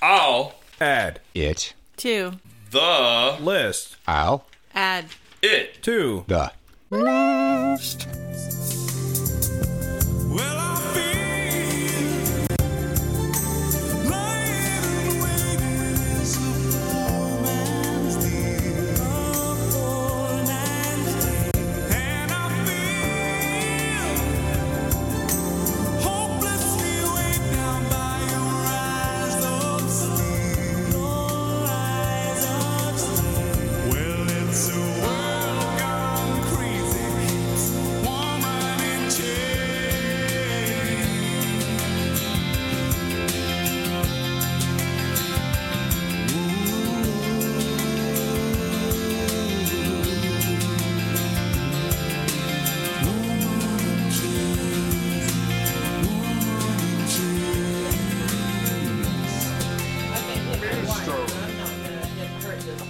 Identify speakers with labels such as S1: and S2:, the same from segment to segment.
S1: How
S2: Add
S3: it,
S4: Two.
S1: the
S2: list
S3: I'll,
S4: Add.
S1: it
S2: to
S3: the.
S5: Well, I feel lying in wait is a poor man's deal. A poor man's deal. And I feel hopelessly weighed down by your eyes of steel. Your eyes of steel. Well, it's a world gone crazy. Keeps woman in chains.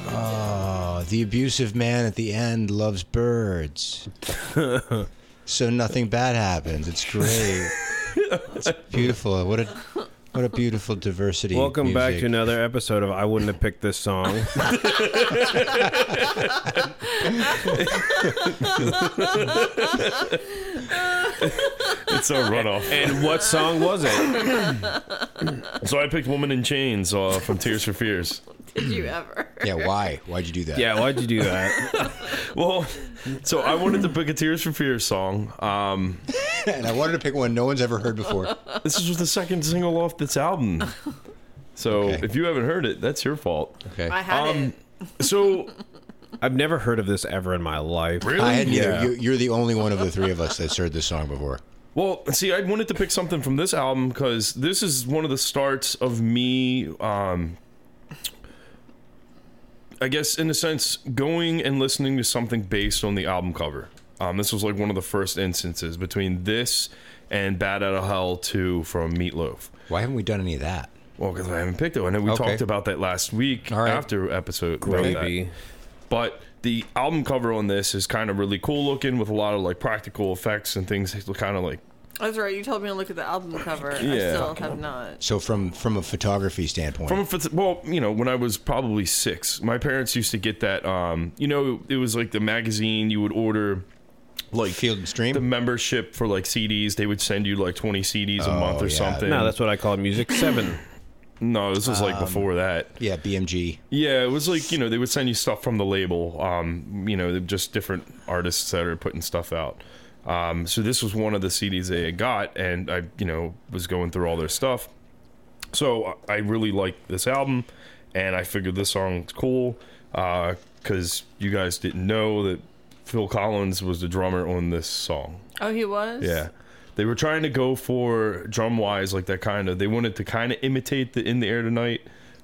S3: Uh, the abusive man at the end loves birds. so nothing bad happens. It's great. it's beautiful. What a what a beautiful diversity.
S2: Welcome back to
S3: music.
S2: another episode of I Wouldn't Have Picked This Song.
S6: It's a runoff.
S2: and what song was it?
S6: so I picked "Woman in Chains" uh, from Tears for Fears.
S4: Did you ever?
S3: Yeah, why? Why'd you do that?
S2: Yeah, why'd you do that?
S6: Well, so I wanted to pick a Tears for Fears song. Um,
S3: And I wanted to pick one no one's ever heard before.
S6: this is the second single off this album. So
S3: Okay.
S6: if you haven't heard it, that's your fault.
S3: Okay.
S4: I had
S6: Um,
S4: it.
S6: So
S2: I've never heard of this ever in my life.
S3: I had neither.
S2: Yeah.
S3: You, you're the only one of the three of us that's heard this song before.
S6: Well, see, I wanted to pick something from this album because this is one of the starts of me, um, I guess, in a sense, going and listening to something based on the album cover. Um, this was like one of the first instances between this and Bad Out of Hell 2 from Meatloaf.
S3: Why haven't we done any of that?
S6: Well, because I haven't picked it. I know we
S3: Okay.
S6: talked about that last week
S3: All right.
S6: after episode. about that.
S2: Maybe.
S6: But the album cover on this is kind of really cool looking with a lot of like practical effects and things kind of like
S4: That's right. You told me to look at the album cover. I
S6: Yeah.
S4: still have not.
S3: So from from a photography standpoint,
S6: From a phot- well, you know, when I was probably six, my parents used to get that. Um, you know, it was like the magazine you would order,
S3: like Field and Stream.
S6: the membership for like CDs. They would send you like twenty CDs a month or
S3: yeah.
S6: something.
S2: No, that's um, what I call music seven.
S6: no, this was like before that.
S3: yeah, BMG.
S6: Yeah, it was like you know they would send you stuff from the label. Um, you know, just different artists that are putting stuff out. Um, so this was one of the CDs they had got, and I you know was going through all their stuff. So I I really liked this album, and I figured this song's cool because you guys didn't know that Phil Collins was the drummer on this song.
S4: Oh, he was.
S6: Yeah. They were trying to go for drum wise, like that kind of. They wanted to kind of imitate the In the Air Tonight,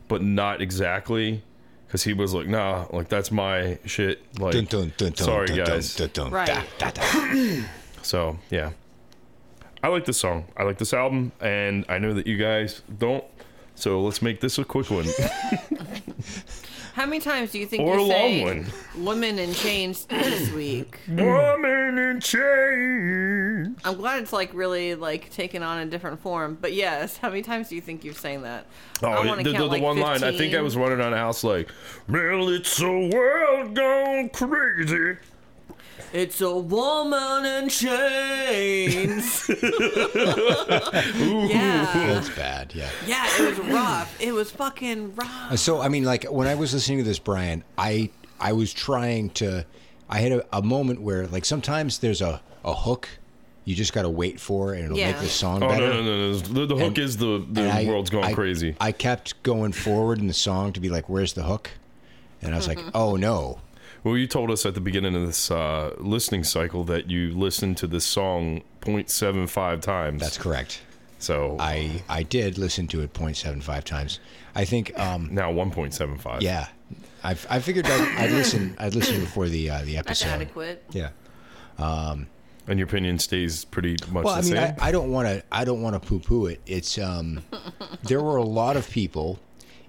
S6: but not exactly. Because he was like, nah, like that's my shit. Like,
S3: Dun, dun, dun, dun,
S6: sorry,
S3: dun, dun,
S6: guys.
S3: dun, dun,
S4: Right.
S3: da, da, da.
S6: So, yeah. I like this song. I like this album. And I know that you guys don't. So let's make this a quick one
S4: How many times do you think
S6: or a
S4: you
S6: long
S4: say
S6: one.
S4: "woman in chains" this week?
S6: Woman in chains.
S4: I'm glad it's like really like taken on a different form. But yes, how many times do you think you've sang that?
S6: Oh,
S4: I
S6: the,
S4: wanna
S6: the,
S4: count,
S6: the
S4: like,
S6: one line. I think I
S4: 15.
S6: was running on a house like, well, it's a world gone crazy.
S4: It's a woman in chains. yeah,
S3: That's bad. Yeah.
S4: yeah. It was rough. It was fucking rough.
S3: So I mean, like when I was listening to this, Brian, I I was trying to. I had a, a moment where, like, sometimes there's a a hook you just got to wait for, and it'll
S4: Yeah.
S3: make the song
S6: Oh
S3: better.
S6: no, no, no, no! The, the hook is the the
S3: And I-
S6: world's going
S3: I-
S6: crazy.
S3: I kept going forward in the song to be like, "Where's the hook?" And I was like,
S4: Mm-hmm.
S3: "Oh no,
S6: well, you told us at the beginning of this uh, listening cycle that you listened to this song 0.75 times.
S3: that's correct."
S6: so
S3: I I did listen to it 0.75 times. I think, um,
S6: now 1.75.
S3: yeah, I I figured I, I'd listen. I'd listen before the uh, the
S4: That's
S3: episode.
S4: adequate.
S3: Yeah.
S6: and your opinion stays pretty much
S3: Well,
S6: the
S3: I mean,
S6: same.
S3: I, I don't want to. I don't want to poo-poo it. It's um, there were a lot of people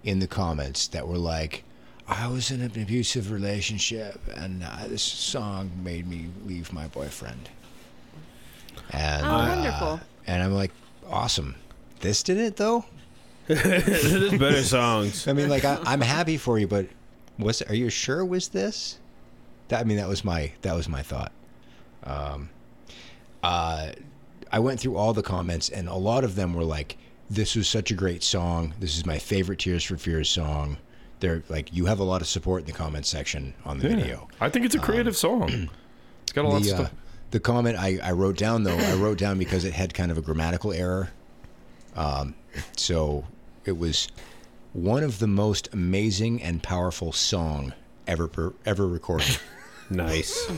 S3: in the comments that were like, "I was in an abusive relationship, and uh, this song made me leave my boyfriend." uh, And
S4: Oh,
S3: uh,
S4: wonderful.
S3: and I'm like, awesome. This did it though.
S2: There's better songs.
S3: I mean, like I, I'm happy for you, but was are you sure it was this? That I mean, that was my that was my thought. Um, uh, I went through all the comments, and a lot of them were like, "This was such a great song. This is my favorite Tears for Fears song." They're like, "You have a lot of support in the comment section on the video."
S6: I think it's a creative song. It's got a lot of
S3: Um, The, uh,
S6: stuff.
S3: the comment I, I wrote down though I wrote down because it had kind of a grammatical error, um, so it was one of the most amazing and powerful song ever per, ever recorded,
S2: Nice.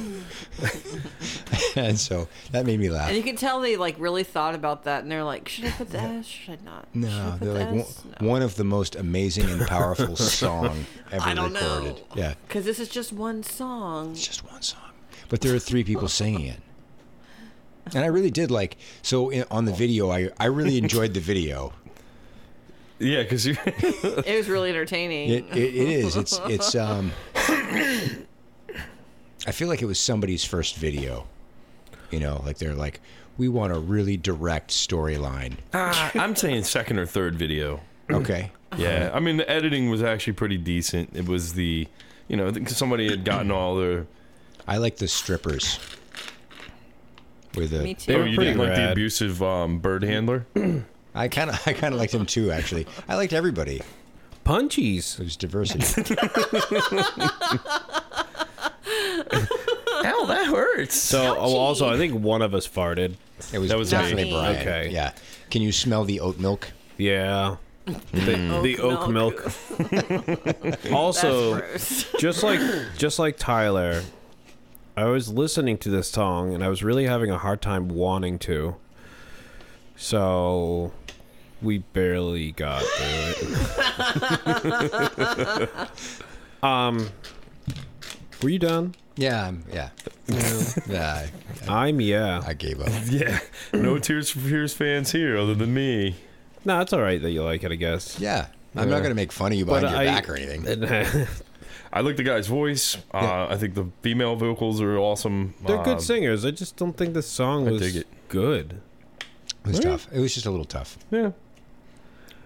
S3: and so that made me laugh.
S4: And you can tell they like really thought about that, and they're like, should I put the S? Should I not? Should I
S3: no,
S4: put
S3: they're
S4: the
S3: like one,
S4: S?
S3: one of the most amazing and powerful song ever
S4: I don't
S3: recorded.
S4: know.
S3: Yeah,
S4: Because this is just one song.
S3: It's just one song, but there are three people singing it. And I really did like so in, on the video. I I really enjoyed the video.
S6: Yeah, because you.
S4: It was really entertaining.
S3: It, it, it is. It's it's. Um, I feel like it was somebody's first video. You know, like they're like, we want a really direct storyline.
S6: Ah, I'm saying second or third video.
S3: Okay.
S6: Yeah, I mean the editing was actually pretty decent. It was the, you know, I think somebody had gotten all their.
S3: I like the strippers. With the
S4: Me
S6: Oh,
S4: too.
S6: you
S2: pretty
S6: didn't like the
S2: rad.
S6: abusive um, bird handler.
S3: I kind of I kind of liked them too. Actually, I liked everybody.
S2: Punchies.
S3: It was diversity.
S6: Ow, that hurts.
S2: So, oh, also, I think one of us farted.
S3: It was,
S6: That was
S3: definitely
S4: me.
S3: Brian.
S2: Okay.
S3: Yeah. Can you smell the oat milk?
S2: Yeah. The, the oak
S4: Oak
S2: milk.
S4: milk.
S2: also,
S4: Gross.
S2: just like just like Tyler, I was listening to this song and I was really having a hard time wanting to. So we barely got through it. um Um, Were you done?
S3: Yeah. I'm- Yeah. yeah.
S2: I'm yeah.
S3: I, I gave up.
S6: yeah, no Tears for Fears fans here other than me.
S2: No, it's all right that you like it, I guess.
S3: Yeah. I'm not gonna make fun of you behind your
S2: I-
S3: back or anything.
S6: I like the guy's voice. Uh, I think the female vocals are awesome.
S2: They're
S6: Uh,
S2: good singers. I just don't think this song was
S6: dig it.
S2: good.
S3: It was tough. It was just a little tough.
S6: Yeah,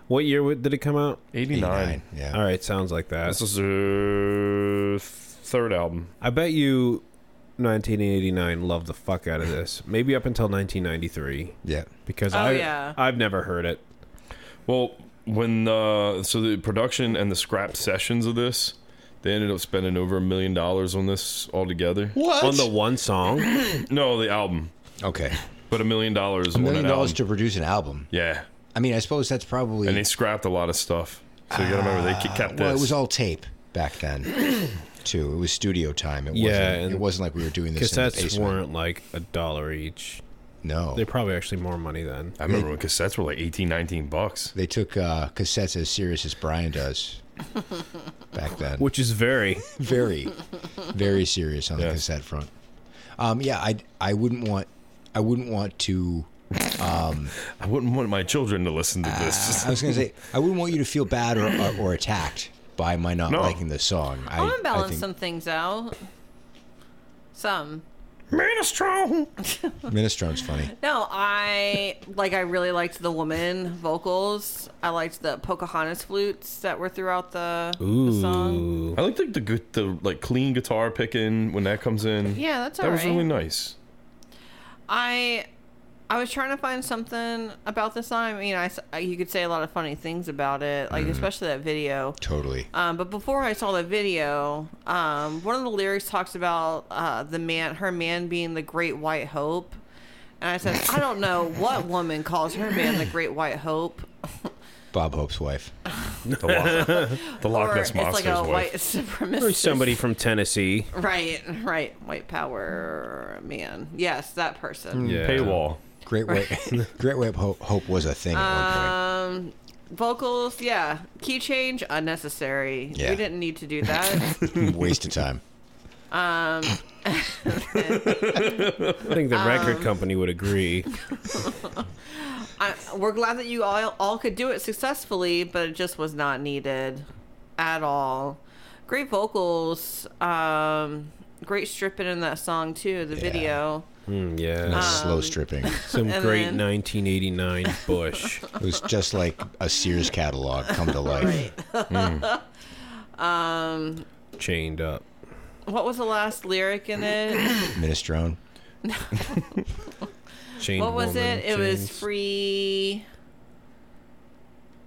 S2: What year w- did it come out?
S6: eighty nine.
S3: Nine, Yeah.
S2: All right, sounds like that.
S6: This is their third album.
S2: I bet you 1989 loved the fuck out of this. Maybe up until 1993
S3: Yeah.
S2: because
S4: Oh,
S2: I
S4: yeah.
S2: I've never heard it.
S6: Well, when uh, so the production and the scrap sessions of this, they ended up spending over a million dollars on this altogether.
S3: What?
S2: On the one song,
S6: No, the album,
S3: okay.
S6: but a million dollars.
S3: A
S6: on
S3: million
S6: an
S3: dollars
S6: album.
S3: to produce an album.
S6: yeah,
S3: I mean, I suppose that's probably.
S6: and they scrapped a lot of stuff. So you gotta remember they ke- kept this.
S3: Ah, well, it was all tape back then, too. It was studio time. It
S2: Yeah,
S3: Wasn't, it
S2: and
S3: wasn't like we were doing this in the
S2: cassettes
S3: basement.
S2: weren't like a dollar each.
S3: No.
S2: They're probably actually more money then.
S6: I remember when cassettes were like 18, 19 bucks.
S3: They took uh, cassettes as serious as Brian does back then.
S2: Which is very
S3: very, very serious on the
S6: Yes.
S3: cassette front. Um, yeah, I I wouldn't want I wouldn't want to.
S6: I wouldn't want my children to listen to this.
S4: Ah.
S3: I was gonna say I wouldn't want you to feel bad or or, or attacked by my not
S6: No.
S3: liking the song. I,
S4: I want to balance
S3: think
S4: Oh, some things out. Some.
S6: Man is strong.
S3: Minestrone's funny.
S4: No, I like. I really liked the woman vocals. I liked the Pocahontas flutes that were throughout the, the song.
S2: ooh.
S6: I like the, the good, the like clean guitar picking when that comes in.
S4: Yeah, that's
S6: that was
S4: alright.
S6: really nice.
S4: I I was trying to find something about this song. I mean, I s- you could say a lot of funny things about it,
S6: Mm-hmm.
S4: like especially that video.
S3: Totally.
S4: Um, but before I saw the video, um, one of the lyrics talks about uh, the man, her man being the Great White Hope, and I said, I don't know what woman calls her man the Great White Hope,
S3: Bob Hope's wife.
S6: The, Loch, the Loch
S4: or
S6: Ness
S4: it's
S6: Monster's
S4: like a
S6: wife.
S4: white supremacist.
S2: Or somebody from Tennessee.
S4: Right, right, white power man. Yes, that person.
S2: Yeah.
S6: Paywall.
S3: Great White Great White Hope, Hope was a thing at
S4: Um, vocals, yeah. Key change, unnecessary.
S3: Yeah.
S4: We didn't need to do that.
S3: one point. Waste of time.
S2: I think the
S4: Um,
S2: record company would agree.
S4: I, we're glad that you all, all could do it successfully, but it just was not needed at all. Great vocals, um, great stripping in that song too. The video,
S2: Mm, yeah.
S3: That's slow stripping. It
S2: Some
S4: and
S2: great
S4: then-
S2: 1989 Bush.
S3: was just like a Sears catalog come to life.
S2: chained up.
S4: What was the last lyric in it?
S3: Minestrone.
S2: Chained
S4: what was
S2: woman,
S4: it? It was
S2: chains,
S4: free.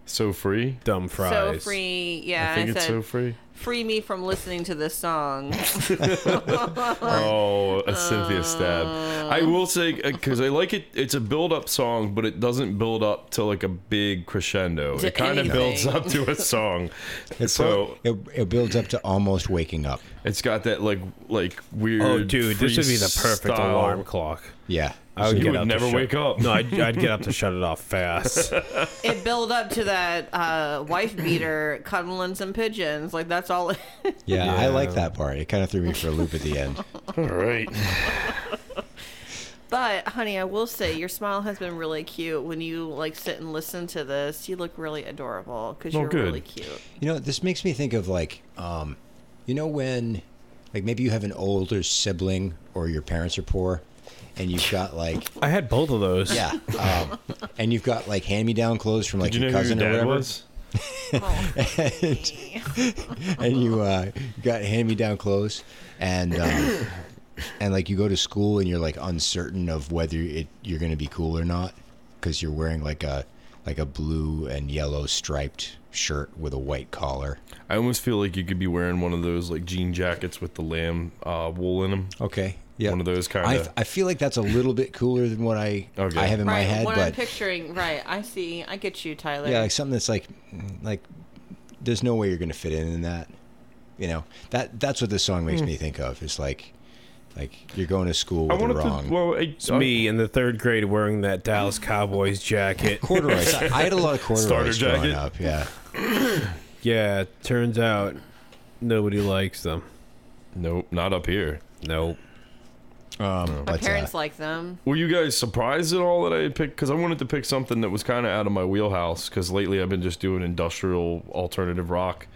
S6: So free.
S2: Dumb
S4: So
S2: fries.
S4: free.
S6: I
S4: Yeah,
S6: think
S4: I,
S6: it's
S4: said
S6: so free.
S4: free me from listening to this song.
S6: Oh, a Cynthia stab.
S4: Oh.
S6: I will say because I like it. It's a build-up song, but it doesn't build up to like a big crescendo.
S4: To
S6: it kind of
S4: anything.
S6: builds up to a song. so
S3: So it, it builds up to almost waking up.
S6: it's got that like like weird.
S2: Oh, dude, this would be the perfect
S6: freestyle-
S2: alarm clock.
S3: Yeah.
S2: I would
S6: You
S2: get
S6: would
S2: up to
S6: never
S2: shut-
S6: wake up.
S2: No, I'd, I'd get up to shut it off fast.
S4: it built up to that uh, wife beater cuddling some pigeons. Like that's all.
S3: yeah, I
S2: Yeah.
S3: like that part. It kind of threw me for a loop at the end.
S6: All right.
S4: but honey, I will say your smile has been really cute when you like sit and listen to this. You look really adorable because
S6: Oh,
S4: you're
S6: good.
S4: really cute.
S3: You know, this makes me think of like, um, you know, when like maybe you have an older sibling or your parents are poor, and you've got like,
S2: I had both of those.
S3: yeah, um, and you've got like hand-me-down clothes from like
S6: Did you
S3: your
S6: know who your
S3: cousin or
S6: dad
S3: whatever,
S6: was?
S3: and you uh, got hand-me-down clothes, and um, and like you go to school and you're like uncertain of whether it, you're going to be cool or not because you're wearing like a like a blue and yellow striped shirt with a white collar.
S6: I almost feel like you could be wearing one of those like jean jackets with the lamb uh, wool in them.
S3: Okay. Yeah.
S6: One of those kinda-
S3: I, I feel like that's a little bit cooler than what I
S6: Okay.
S3: I have in my
S4: right.
S3: head,
S4: what I'm
S3: but
S4: picturing. Right. I see. I get you, Tyler.
S3: yeah, like something that's like like there's no way you're gonna fit in in that. You know that that's what this song
S2: Hmm.
S3: makes me think of. It's like like you're going to school
S6: I
S3: with the
S6: wanted
S3: wrong
S6: to. Well, I,
S2: It's me in the third grade wearing that Dallas Cowboys jacket.
S3: corduroys. I I had a lot of corduroys
S6: Starter
S3: growing
S6: jacket.
S3: up. Yeah,
S2: Yeah, turns out nobody likes them.
S6: Nope, not up here.
S2: Nope.
S3: um,
S4: My
S3: but uh,
S4: parents like them.
S6: Were you guys surprised at all that I picked? Because I wanted to pick something that was kind of out of my wheelhouse. Because lately I've been just doing industrial alternative rock.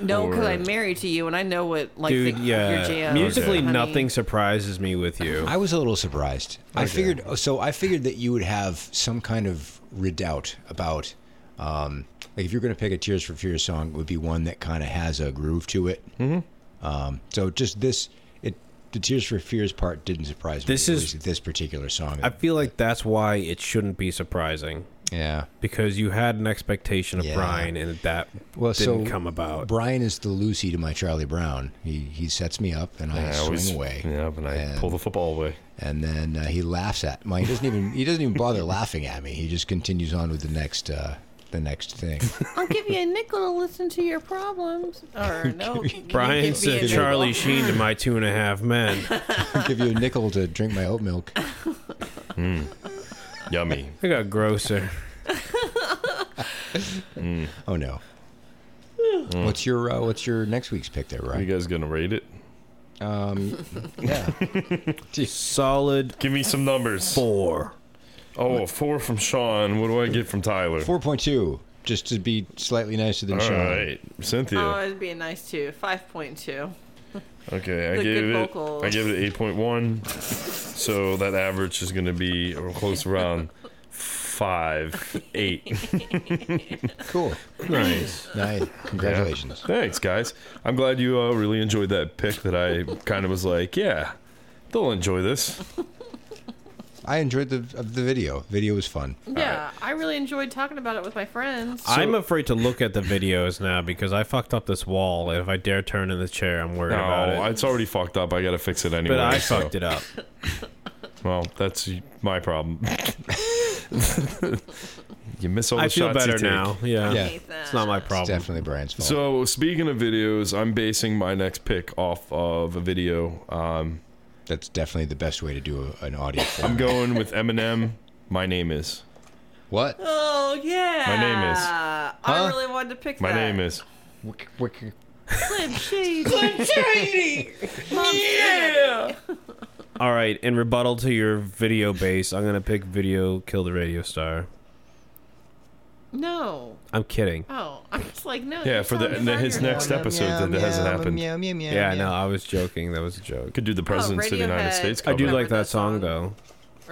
S4: No, because
S6: Or-
S4: I'm married to you and I know what like
S2: Dude,
S4: the, your
S2: yeah.
S4: jam.
S2: Musically,
S4: honey.
S2: nothing surprises me with you.
S3: I was a little surprised. I figured so. I figured that you would have some kind of redoubt about, um, like if you're going to pick a Tears for Fears song, it would be one that kind of has a groove to it. Mm-hmm. Um, so just this, it the Tears for Fears part didn't surprise me.
S2: This
S3: at
S2: is-
S3: least this particular song.
S2: I feel like that's why it shouldn't be surprising
S3: yeah.
S2: because you had an expectation of
S3: Yeah.
S2: Brian and that
S3: Well,
S2: didn't
S3: so
S2: come about.
S3: Brian is the Lucy to my Charlie Brown. He he sets me up and I
S6: And I
S3: swing
S6: always-
S3: away.
S6: Yeah, and I
S3: And-
S6: pull the football away.
S3: and then uh, he laughs at my he doesn't even he doesn't even bother laughing at me he just continues on with the next uh the next thing
S4: I'll give you a nickel to listen to your problems. Or no, you
S2: Brian
S4: give me a
S2: said
S4: nickel.
S2: Charlie Sheen to my two and a half men.
S3: give you a nickel to drink my oat milk
S6: Yummy.
S2: I got grosser.
S3: oh no what's your uh, what's your next week's pick there
S6: Are you
S3: right
S6: guys gonna rate it?
S3: um yeah
S2: Solid
S6: Give me some numbers.
S2: four.
S6: Oh, a four from Sean. What do I get from Tyler?
S3: 4.2 just to be slightly nicer than
S6: All
S3: Sean
S6: right, Cynthia.
S4: Oh, it'd be a nice too. Five point two.
S6: Okay, I
S4: The
S6: gave
S4: good
S6: it.
S4: vocals.
S6: I gave it eight point one. so that average is going to be or close around five, eight.
S3: cool
S6: nice.
S3: nice congratulations
S6: Thanks, guys. I'm glad you uh, really enjoyed that pick. That I kind of was like, yeah, they'll enjoy this.
S3: I enjoyed the of the video video was fun
S4: Yeah, I really enjoyed talking about it with my friends.
S2: I'm afraid to look at the videos now because I fucked up this wall. and If I dare turn in the chair, I'm worried about
S6: No,
S2: it.
S6: it's already fucked up. I got to fix it anyway.
S2: but I
S6: so-
S2: fucked it up.
S6: Well, that's my problem. you miss all the
S2: I feel
S6: shots
S2: better
S6: you take.
S2: now. Yeah.
S3: Yeah.
S4: hate that.
S2: It's not my problem.
S3: definitely Brian's fault
S6: So speaking of videos, I'm basing my next pick off of a video. Um,
S3: that's definitely the best way to do a, an audio
S6: I'm
S3: format.
S6: going with Eminem. My name is.
S3: what
S4: Oh yeah.
S6: My name is-
S4: I
S3: Huh?
S4: really wanted to pick
S6: My
S4: that.
S6: name is.
S3: Wick- wick-
S4: Slim Shady. Slim Shady. yeah.
S2: All right. In rebuttal to your video base, I'm gonna pick video kill the radio star.
S4: No.
S2: I'm kidding.
S4: Oh, I'm just like no.
S6: Yeah,
S4: you
S6: for the-
S4: sound
S6: the- his
S4: tired.
S6: next episode that hasn't happened.
S2: Yeah, I know. I was joking. That was a joke.
S6: Could do the presidents of the United
S4: Oh, Radiohead.
S6: States
S2: I
S6: cover.
S2: do
S4: Remember
S2: like that
S4: that
S2: song
S4: song?
S2: though.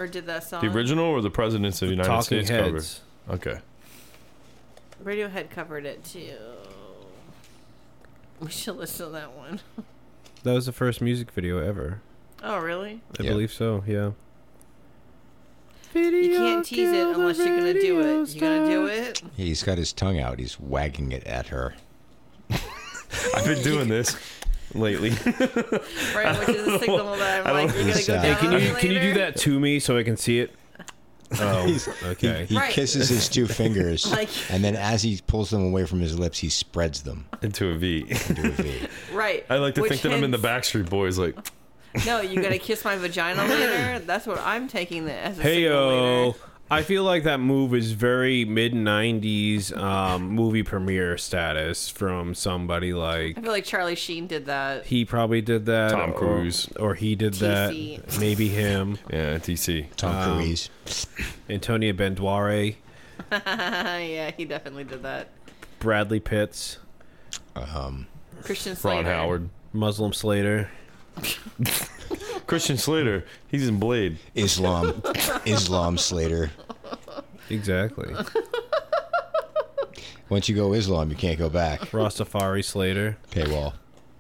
S4: Or did that song?
S6: the original or the presidents of the United
S2: Talking
S6: States
S2: Heads.
S6: cover. Okay.
S4: Radiohead covered it too. We should listen to that one.
S2: That was the first music video ever.
S4: Oh, really?
S2: I
S3: Yeah.
S2: believe so. Yeah.
S4: You can't tease it unless you're gonna do it. You gonna do it?
S3: He's got his tongue out. He's wagging it at her.
S6: I've been doing this lately.
S4: Right, which is a signal that I'm
S6: I don't-
S4: like, you're gonna go
S3: Hey,
S2: Hey,
S4: down.
S2: can
S4: on
S2: you
S4: me
S2: can you do
S4: later?
S2: that to me so I can see it? Oh, okay.
S3: He
S4: Right.
S3: kisses his two fingers,
S4: Like-
S3: and then as he pulls them away from his lips, he spreads them
S6: Into a V.
S3: into a V.
S4: Right.
S6: I like to
S4: Which
S6: think that I'm in the
S4: hints-
S6: Backstreet Boys. Like,
S4: No, you gonna kiss my vagina later? That's what I'm taking that as a
S2: Hey
S4: signal
S2: yo.
S4: later.
S2: I feel like that move is very mid '90s um, movie premiere status from somebody like
S4: I feel like Charlie Sheen did that.
S2: he probably did that.
S6: Tom
S2: or-
S6: Cruise.
S2: or he did
S4: TC.
S2: that. Maybe him.
S6: yeah, TC.
S3: Tom Cruise.
S2: Antonia Bendoire,
S4: yeah, he definitely did that.
S2: Bradley Pitts,
S3: Um,
S4: Christian
S6: Ron
S4: Slater.
S6: Howard.
S2: Muslim Slater.
S6: Christian Slater. He's in Blade.
S3: Islam, Islam Slater.
S2: Exactly.
S3: Once you go Islam, you can't go back.
S2: Rastafari Slater.
S3: Paywall.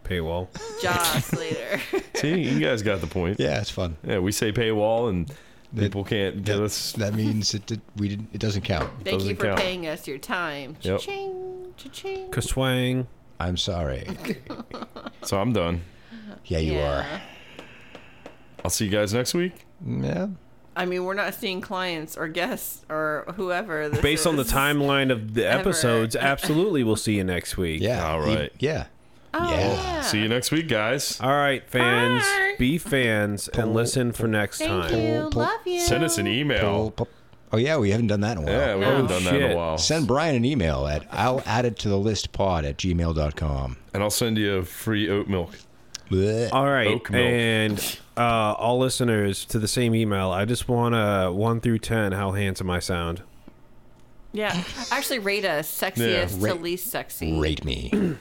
S2: Paywall.
S4: Josh Slater.
S6: See, you guys got the point.
S3: Yeah, it's fun.
S6: Yeah, we say paywall and people can't get
S3: That,
S6: us.
S3: that means it, did we didn't, it doesn't count.
S4: Thank you
S6: Doesn't
S4: for
S6: count.
S4: paying us your time.
S6: Yep.
S4: Cha-ching, cha-ching.
S2: Kaswang.
S3: I'm sorry.
S6: So I'm done.
S3: Yeah, you
S4: Yeah.
S6: I'll see you guys next week.
S3: are. Yeah.
S4: I mean, we're not seeing clients or guests or whoever. This
S2: Based on the
S4: is.
S2: timeline of the episodes, absolutely we'll see you next week.
S3: Yeah.
S6: All
S3: e-
S6: right.
S3: yeah.
S4: Oh,
S3: Yeah.
S6: See you next week, guys.
S2: All right, fans,
S4: Bye.
S2: be fans and listen for next
S4: Thank
S2: time.
S4: you. Love you.
S6: Send us an
S3: Pull-
S6: email.
S3: pull- Oh yeah, we haven't done that in a while.
S6: Yeah, we
S4: Oh,
S6: haven't done that in
S2: shit.
S6: a while.
S3: Send Brian an email at I'll add it to the list pod at gmail.com.
S6: And I'll send you a free oat milk.
S3: Blech.
S2: All right,
S6: Oak milk.
S2: and uh, all listeners to the same email. I just want to one through ten. How handsome I sound.
S4: Yeah. Actually, rate us sexiest
S3: Yeah.
S4: to least sexy.
S3: Rate me.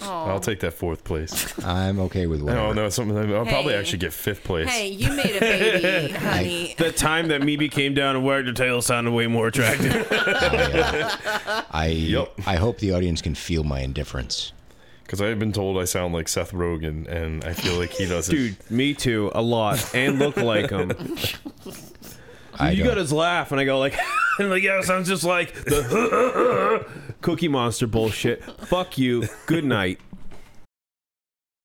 S6: I'll take that fourth place.
S3: I'm okay with
S6: I
S3: whatever.
S6: don't know something. I'll probably
S4: Hey.
S6: actually get fifth place.
S4: Hey, you made a baby, honey.
S2: The time that Mimi came down and wagged her tail sounded way more attractive.
S3: uh, I
S6: Yup.
S3: I hope the audience can feel my indifference.
S6: Because I've been told I sound like Seth Rogen, and I feel like he doesn't.
S2: Dude, me too, a lot, and look like him.
S3: I
S2: you
S3: don't-
S2: got his laugh, and I go like, and like, yeah, sounds just like the Cookie Monster bullshit. Fuck you. Good night.